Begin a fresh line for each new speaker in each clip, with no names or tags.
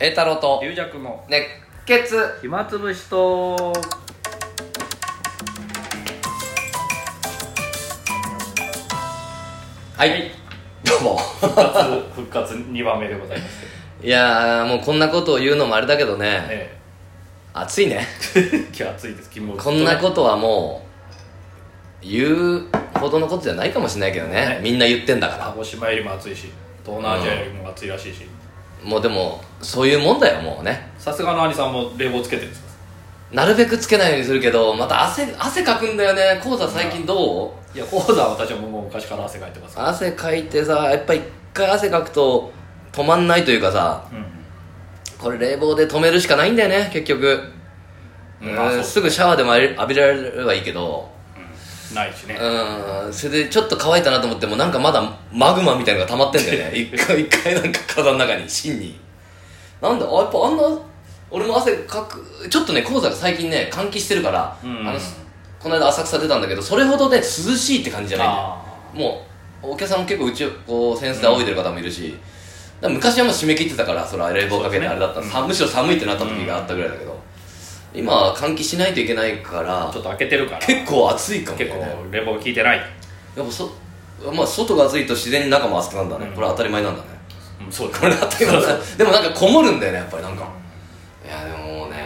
栄太郎と
龍尺の
熱血
暇つぶしと
はい、どうも
復活復活2番目でございますけど
いやーもうこんなことを言うのもあれだけどね
え
暑いね
え 今日暑いです昨日
こんなことはもう言うほどのことじゃないかもしれないけどね、
はい
みんな言ってんだか
鹿
ら
児島よりも暑いし東南アジアよりも暑いらしいし
もうでもそういうもんだよもうね
さすがの兄さんも冷房つけてるんですか
なるべくつけないようにするけどまた汗汗かくんだよね講座最近どう
いや講座は私はもう昔から汗かいてますから
汗かいてさやっぱ一回汗かくと止まんないというかさ
うん
これ冷房で止めるしかないんだよね結局、
うん
うん
あそう
すぐシャワーでも浴びられればいいけど
ないしね
うんそれでちょっと乾いたなと思ってもなんかまだマグマみたいなのが溜まってんだよ ね一回一回なんか体の中に芯になんだあやっぱあんな俺も汗かくちょっとね講座が最近ね換気してるから、
うん
あのこの間浅草出たんだけどそれほどね涼しいって感じじゃないんだよ
あ
もうお客さんも結構うちをこうセンスで仰いでる方もいるし、だから昔はもう締め切ってたからそれは冷房かけてあれだった、
そうですね
さむしろ寒いってなった時があったぐらいだけど、今は換気しないといけないから
ーちょっと開けてるから
結構暑いかもね
結構冷房効いてない、
やっぱそ、まあ、外が暑いと自然に中も暑くなるんだね、
うん
これ当たり前なんだね
うん、そうです
これ当たり前だねでもなんかこもるんだよねやっぱりなんか
う
いやでももうね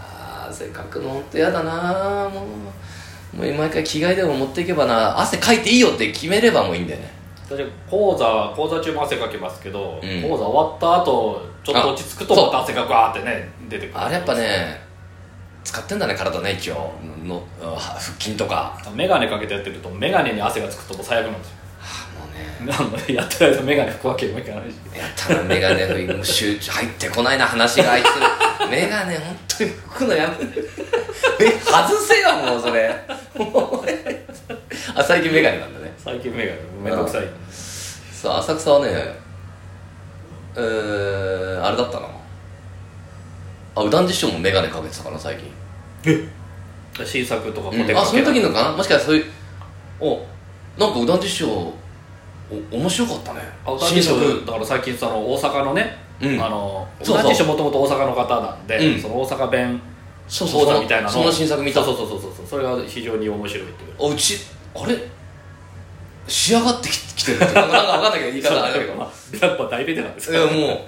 あー汗かくのほんと嫌だなもうもう毎回着替えでも持っていけばな汗かいていいよって決めればもういいんだよね
私講座講座中も汗かきますけど、
うん
講座終わった後ちょっと落ち着くと
あそう
また汗がガーってね出てくる
あれやっぱね使ってんだね体ね一応ののは腹筋とか
眼鏡かけてやってると眼鏡に汗がつくともう最悪なんですよ
もうね
なんでやってる間眼鏡拭くわけにもいかないし
やったらメガネのもう集中入ってこないな話があい つメガネ本当に拭くのやめ え外せよもうそれ もうねあ最近メガネなんだね
最近眼鏡めんどくさい
そう浅草はねうーんあれだったなあうだん師匠もメガネかけてたかな最近、
新作とか
う
固定
ん、あ
か
そ
け
の
た
時のかなもしかしたらそういうおなんかうだん師匠お面白かったね
あ歌
新
手
作
だから最近その大阪のね、
うん
あの
そうそう
歌手もともと大阪の方なんで、
うん
その大阪弁
そうそう
講座みたいなの
その新作見た
そうそうそうそうそうそれが非常に面白いっていう
あうちあれ仕上がってききてるって なんかなんか分かんないけど言い方あれだけど
まあやっぱ大ベテランです
い
から
やも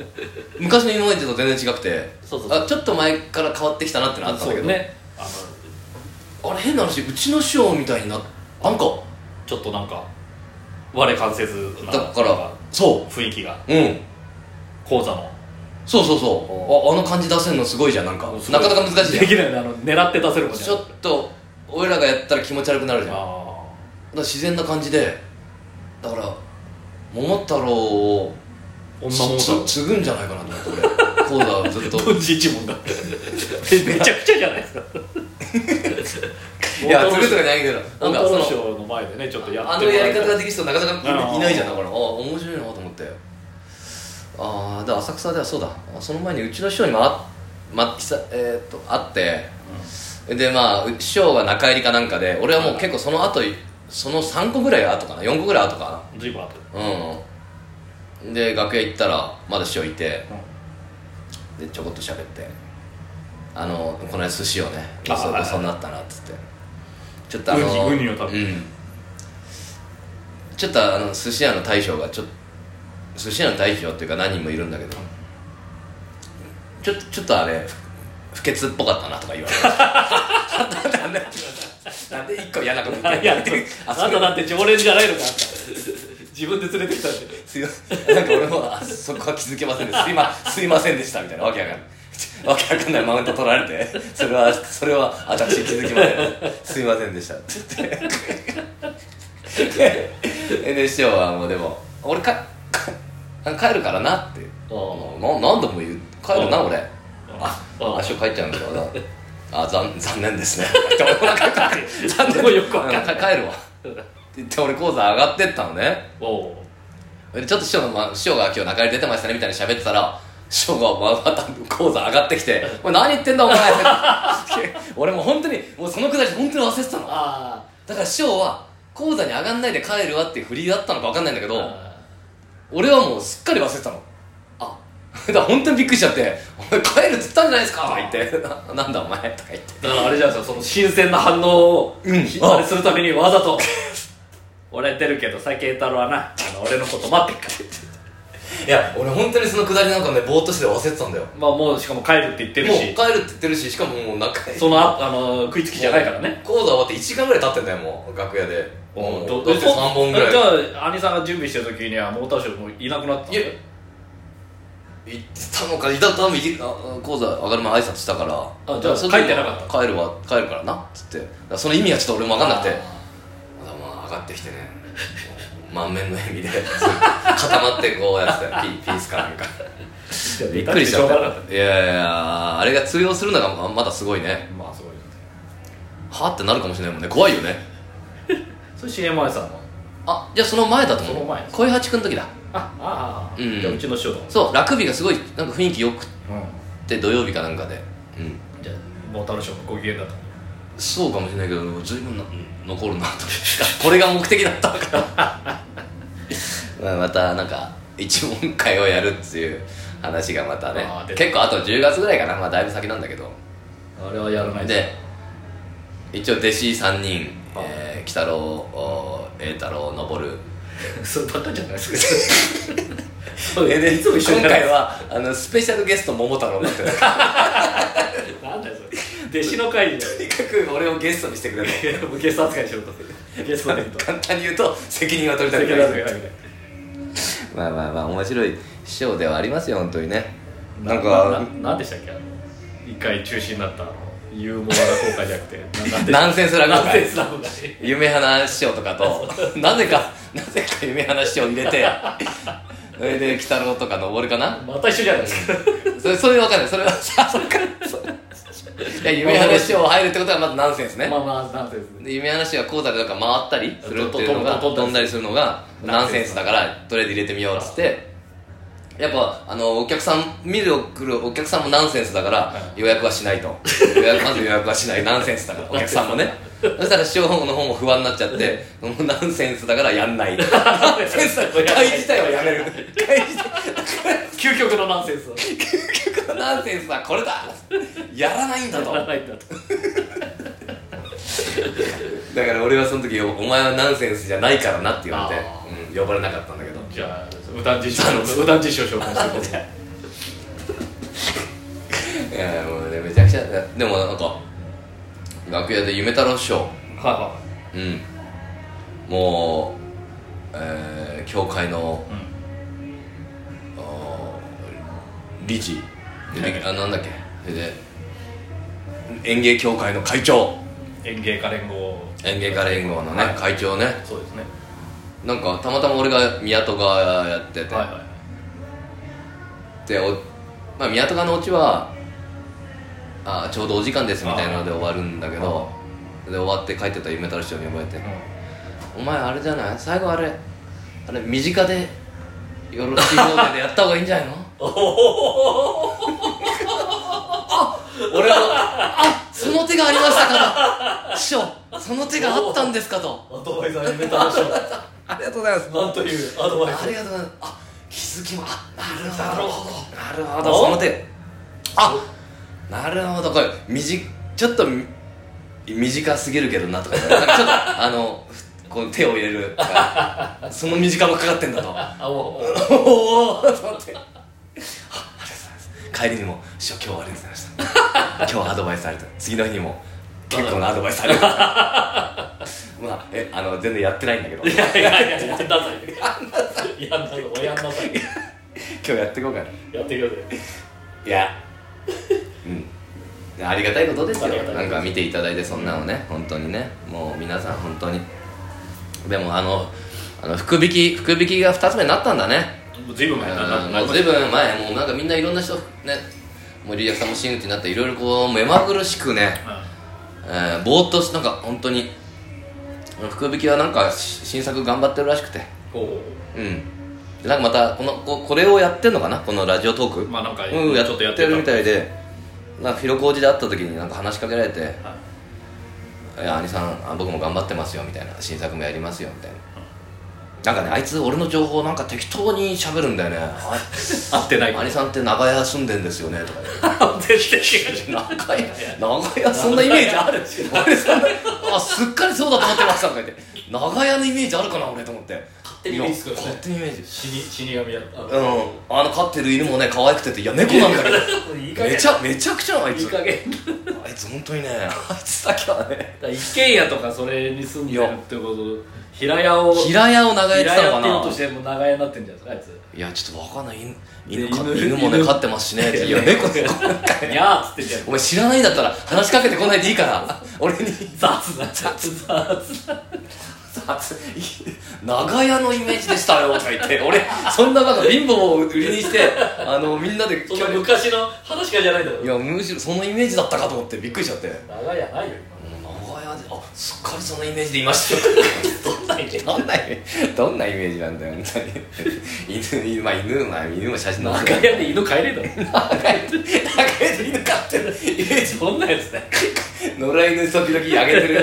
う昔の今までと全然違くて
そうそうそう
あちょっと前から変わってきたなってのはあったんだけど、
ねあの
あれ変な話うちの師匠みたいにななんか
ちょっとなんか我関せずな
だからそ
雰囲気が
ううん
講座の
そうそうそうああの感じ出せるのすごいじゃんなんかなかなか難しい
で
じ
きないねあの狙って出せる
ゃ
もん
ん
じ
ち
ゃ
ょ
ない
っと俺らがやったら気持ち悪くなるじゃん
あ
だから自然な感じでだから桃太郎を
ー女もん
つつ継ぐんじゃないかなと思って俺講座をず っと
だじ一門だめめちゃくちゃじゃないですか
いや継ぐとかじゃないけど
モ
なん
ン
か
トロ
そ
シ
の
ョーの前でねちょっとやって
あのやり方が
が
できる人なかなか
うん
いないじゃんだからあ面白いなと思ってああで浅草ではそうだあその前にうちの師匠にもあ、ま久えーっと会ってでまあう師匠が中入りかなんかで俺はもう結構その後その3個ぐらい後かな4個ぐらい後かな
随分後
うんで楽屋行ったらまだ師匠いてでちょこっと喋って「あのこの間寿司をね
あ
ごちそう
はい
ごちそうになったな」っつってちょっとあの
ウニウニを食べ
うんちょっとあの寿司屋の大将がちょっ寿司屋の大将っていうか何人もいるんだけどちょっとちょっとあれ不潔っぽかったなとか言われて なんでなんで一個嫌なこと言っ
い
て
やでもあなただって常連じゃないのかあんた自分で連れてきたんです
いませんなんか俺もあそこは気づけませんで したすいま「すいませんでした」みたいな わけわかんないわけわかんないマウント取られて それはそれは私気づきま せんすいませんでしたって 言ってで師匠はもうでも「俺かか帰るからな」って
ああ
な何度も言う「帰るな
ああ
俺」あ「あ足を帰っちゃ うんだからな」あ残残念ですね」 って俺もなんか 残念
もうよくわかん ない
うん帰るわ」って言って俺講座上がってったのね
おおう
でちょっと師匠の、まあ、師匠が今日中に出てましたねみたいに喋ってたら師匠がまた講座上がってきて「お前何言ってんだお前」 俺もう本当にもうそのくだり本当に忘れてたの
あ
だから師匠は講座に上がんないで帰るわっていうフリーだったのか分かんないんだけ
ー
ど
あ
俺はもうすっかり忘れてたのあ だから本当にびっくりしちゃって「お前帰るっつったんじゃないですか」とか言って 「ななんだお前」とか言って
だからあれじゃないですかその新鮮な反応を、
うん
ひあれするためにわざと 俺出るけどさ慶太郎はなあの俺のこと待ってっか
いや俺本当にそのくだりなんかねぼーっとしてて忘れてたんだよも
らまあもうしかも帰るって言って
う
る
帰るって
し
言ってるししかももう仲
そのああの食いつきじゃないからね
講座終わって1時間ぐらい経ってんだよもう楽屋でもうだって3本ぐらい
じゃあ兄さんが準備してる時にはモーターショーもういなくなってたん
いや
だよ
行ってたのかいた多分いあ講座上がる前挨拶したから
あじゃあ
その時
帰ってなかった
帰るわ帰るからなっつってだからその意味はちょっと俺も分かんなくて
あ
まあまあ上がってきてね 満面の笑みで固まってこう やってたよピピースかなんか
ーいや
びっくりしちゃっ
だてょうがなか
たいやいやいやあれが通用するのがままだすごいね
たまあすごいよね
はあってなるかもしれないもんね怖いよね
それ CMI さんの
あじゃあその前だと思う
その前
小井八君の時だ
ああああ
うん
じゃあうちの師匠だもん
そうラクビがすごいなんか雰囲気よくっ
う
て土曜日かなんかでうん
んじゃあモーターショーのご機嫌だと
そうかもしれないけど随分な残るなとこれが目的だったのか まあまたなんか一問会をやるっていう話がまたね
あー出た
結構あと10月ぐらいかなまあだいぶ先なんだけど
あれはやらない
で一応弟子3人
あ
えー鬼太郎おー栄太郎登る
そればっかじゃないですかそう
えで
で
す
いつも一緒に
今
や
回
る
はあのスペシャルゲスト桃太郎だってと
なんだよそれ弟子の会じゃ
にかく俺をゲストにしてくれる
んいやも うゲスト扱いしようとゲス トで言うと
簡単に言うと責任は取りたく
責
な
任
い
扱いだけど
まあまあまあ面白い師匠ではありますよ本当にねなん
な
か
なんでしたっけあの一回中止になったあのユーモア落語会じゃなくて なんで
ナンセンス落語
ナンセン
会
ス落語会
夢花師匠とか となぜかなぜか夢花師匠入れてそれで鬼太郎とか登るかな
また一緒じゃないですか
それそれ分かんないそれはさ それかそいや夢花師匠入るってことはまずナンセンスね
まあまあナンセンス
で夢話が講座でなんか回ったりするっていうのが
とととと
飛んだりするのがナンセンスだからとりあえず入れてみようっつってやっぱあのお客さん見る来るお客さんもナンセンスだから予約はしない と予約まず予約はしないナンセンスだからお客さんもねそしたら師匠の方も不安になっちゃってもうナンセンスだからやんないナン センスだから会自体はやめる会自体
究極のナンセンスを
ナンセンスはこれだやらないんだと
やらないんだと
だから俺はその時お前はナンセンスじゃないからなって言われて
あ、
うん、呼ばれなかったんだけど
じゃあ右団実証右団実証紹介する こと
いやもうねめちゃくちゃでもなんか楽屋で夢太郎師匠
は
うんもうえー、教会の
いはい、うん
あー理事であなんだっけそれで園芸協会の会長
園芸家連合
園芸家連合のね、
はい
会長ね
そうですね
なんかたまたま俺が宮戸がやってて、
はいはい
でお、まあ、宮戸川のオチはあーちょうどお時間ですみたいなので終わるんだけどで終わって帰ってた夢太郎師匠に呼ばれて「お前あれじゃない最後あれあれ身近でよろしい方ででやった方がいいんじゃないの? 」俺は「あその手がありましたから師匠その手があったんですか」と
アドバイザーにメタルショー
「ありがとうございます」
なんというアドバイ
あ
ザ
りがとうございますあ気づきもあな
な
る
る
ほ
ほ
どなるほどその手あなるほどこれみじちょっとみ短すぎるけどなとかなんかちょっとあの ふこう手を入れるとかその短もかかってんだ と
ーあもう
おおと思ってあありがとうございます帰りにも「師匠今日はありがとうございました今日はアドバイスありがとう次の日にも結構なアドバイスあ りがとうございますまあえあの全然やってないんだけど
いやいやいや、やんなさい。やんなさい。やんなさい。
今日やっていこうかな
やってくだ
いやうんありがたいことですよ
ありがたい
な
こと
んか見ていただいてそんなのね本当にねもう皆さん本当にでもあのあの福引き福引きが2つ目になったんだね
さい。もうずいぶん前だな。
うんもうずいぶん前もうなんかみんないろんな人ねもうリリアクさんも真打ちになっていろいろこう目まぐるしくね、えー、ぼーっとしなんか本当に福引きはなんかし新作頑張ってるらしくて
こ
うんでなんかまたこのここれをやってんのかなこのラジオトーク
う、まあなんか、
うん、や
ちょっとや
っ
ってて
る
た
みたいでなんか広小路で会った時になんか話しかけられて
は
「いや兄さんあ僕も頑張ってますよ」みたいな「新作もやりますよ」みたいな、なんかねあいつ俺の情報なんか適当に喋るんだよね「
合ってない
あ 兄さんって長屋住んでんですよね」とか言
全然違う
って長屋長屋そんなイメージある俺そんなあすっかりそうだと思ってましたとか言って長屋のイメージあるかな俺と思って勝
手にイメージ作るね
勝手にイメージ
死に死神だった
うんあの飼ってる犬もね可愛くてっていや猫なんだけど
いい加減
めちゃめちゃくちゃなあい
いい
つ
加減
あいつ本当にねあいつだけはね
だから一軒家とかそれに住んでるってこと平屋を
平屋を長屋って言ってた
平屋
のか
って言うと
な
しても長屋になってんじゃないですか
いやちょっとわかんない犬犬か
犬
犬もね
犬
飼ってますしねっていや猫ね
あいつにゃーっつってんじゃん
お前知らないんだったら話しかけてこないでいいから俺に
雑な雑雑
長屋のイメージでしたよとか言って俺そんなバカ貧乏を売りにしてあのみんなで
そんな昔の話かじゃないだろ
いやむしろそのイメージだったかと思ってびっくりしちゃって
長いやないよ
長屋であすっかりそのイメージでいました
今どんな意見
どんなイメージどんなイメージなんだよ本当に犬犬まあ犬まあ犬も写真載せ
長屋
て
で犬飼えねえだ
長屋長屋で犬飼ってるイメージ
ろそんなやつだよ
野良犬時々あげてる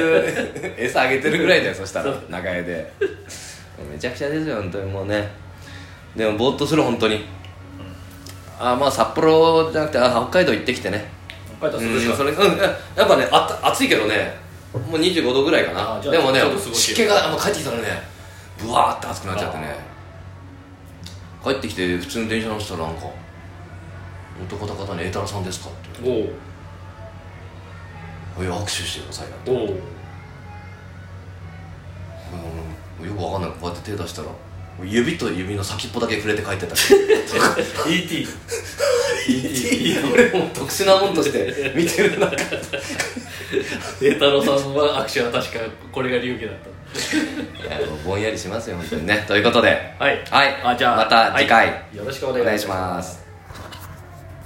餌あげてるぐらいだよそしたら長屋でめちゃくちゃですよ本当にもうねでもぼーっとする本当にあまあ札幌じゃなくてあ北海道行ってきてね
北海道涼し
う
か
ん
っ
それうんやっぱねあった暑いけどねもう25度ぐらいか
あ
な
じゃあ
でもね
ちょっと過ごし
湿気があもう帰ってきたらねぶわーって暑くなっちゃってね帰ってきて普通の電車乗ってたらなんか「男高田に栄太郎さんですか?」って
たおう
「いや握手してください」
おう
うんよくわかんないこうやって手出したら指と指の先っぽだけ触れて帰ってた
ET
いや俺もう特殊なもんとして見てる中
栄太郎さんは握手は確かこれが流儀だっ
いやもうぼんやりしますよ本当にねということで
たはい
はい
あじゃあ
また次回
はいよろしくお
お
願
願
い
い
し
し
ま
ますす